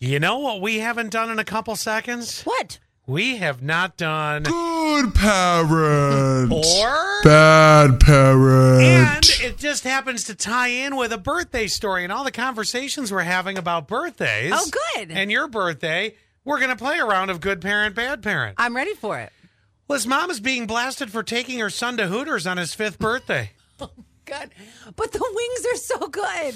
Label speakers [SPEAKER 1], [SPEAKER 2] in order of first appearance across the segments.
[SPEAKER 1] You know what we haven't done in a couple seconds?
[SPEAKER 2] What?
[SPEAKER 1] We have not done
[SPEAKER 3] Good parent.
[SPEAKER 1] or
[SPEAKER 3] Bad
[SPEAKER 1] and
[SPEAKER 3] parent.
[SPEAKER 1] it just happens to tie in with a birthday story and all the conversations we're having about birthdays.
[SPEAKER 2] Oh, good.
[SPEAKER 1] And your birthday, we're going to play a round of good parent bad parent.
[SPEAKER 2] I'm ready for it.
[SPEAKER 1] Well, his mom is being blasted for taking her son to Hooters on his 5th birthday.
[SPEAKER 2] God, but the wings are so good. I,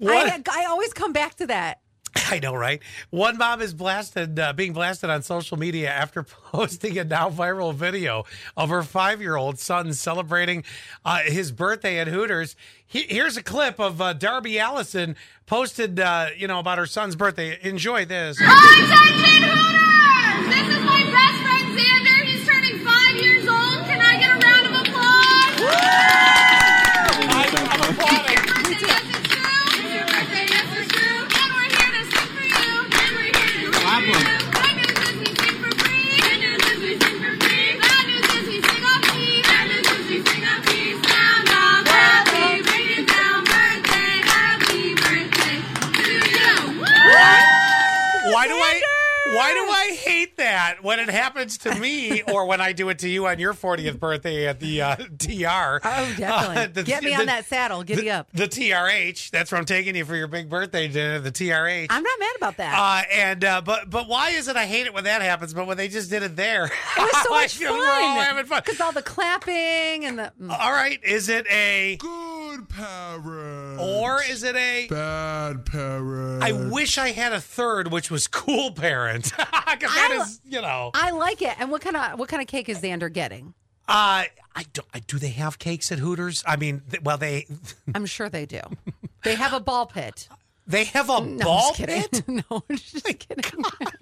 [SPEAKER 1] What?
[SPEAKER 2] I always come back to that.
[SPEAKER 1] I know, right? One mom is blasted, uh, being blasted on social media after posting a now viral video of her five year old son celebrating uh, his birthday at Hooters. He- here's a clip of uh, Darby Allison posted, uh, you know, about her son's birthday. Enjoy this.
[SPEAKER 4] Attention Hooters! This is my best friend Xander. He's turning five years old. Can I get a round of applause? It's your birthday, yes it's true. It's your birthday, yes it's true. And we're here to sing for you. And we're here to sing for you. Good news is we sing for free. Good news is we sing for free. Bad news is we sing a piece. Bad news is we sing a piece. Sound off, happy, bring it down. Birthday, happy birthday to you.
[SPEAKER 1] Why do I? Why do I hate that when it happens to me or when I do it to you on your 40th birthday at the uh, TR?
[SPEAKER 2] Oh, definitely.
[SPEAKER 1] Uh, the-
[SPEAKER 2] Get me on
[SPEAKER 1] the-
[SPEAKER 2] that saddle. Giddy
[SPEAKER 1] the,
[SPEAKER 2] up.
[SPEAKER 1] The TRH. That's where I'm taking you for your big birthday dinner. The TRH.
[SPEAKER 2] I'm not mad about that.
[SPEAKER 1] uh, and uh, but but why is it I hate it when that happens, but when they just did it there, it
[SPEAKER 2] it was so much fun.
[SPEAKER 1] We're all having fun.
[SPEAKER 2] Because all the clapping and the. mm.
[SPEAKER 1] All right, is it a
[SPEAKER 3] Good parent.
[SPEAKER 1] or is it a?
[SPEAKER 3] bad parent.
[SPEAKER 1] I wish I had a third, which was cool parent, 'Cause
[SPEAKER 2] I
[SPEAKER 1] that
[SPEAKER 2] lo-
[SPEAKER 1] is you know.
[SPEAKER 2] I like it. And what kind of what kind of cake is Xander getting?
[SPEAKER 1] Uh, I don't. I, do they have cakes at Hooters? I mean, th- well they
[SPEAKER 2] I'm sure they do. They have a ball pit.
[SPEAKER 1] they have a
[SPEAKER 2] No,
[SPEAKER 1] ball
[SPEAKER 2] I'm just kidding.
[SPEAKER 1] pit.
[SPEAKER 2] no, I'm just kidding.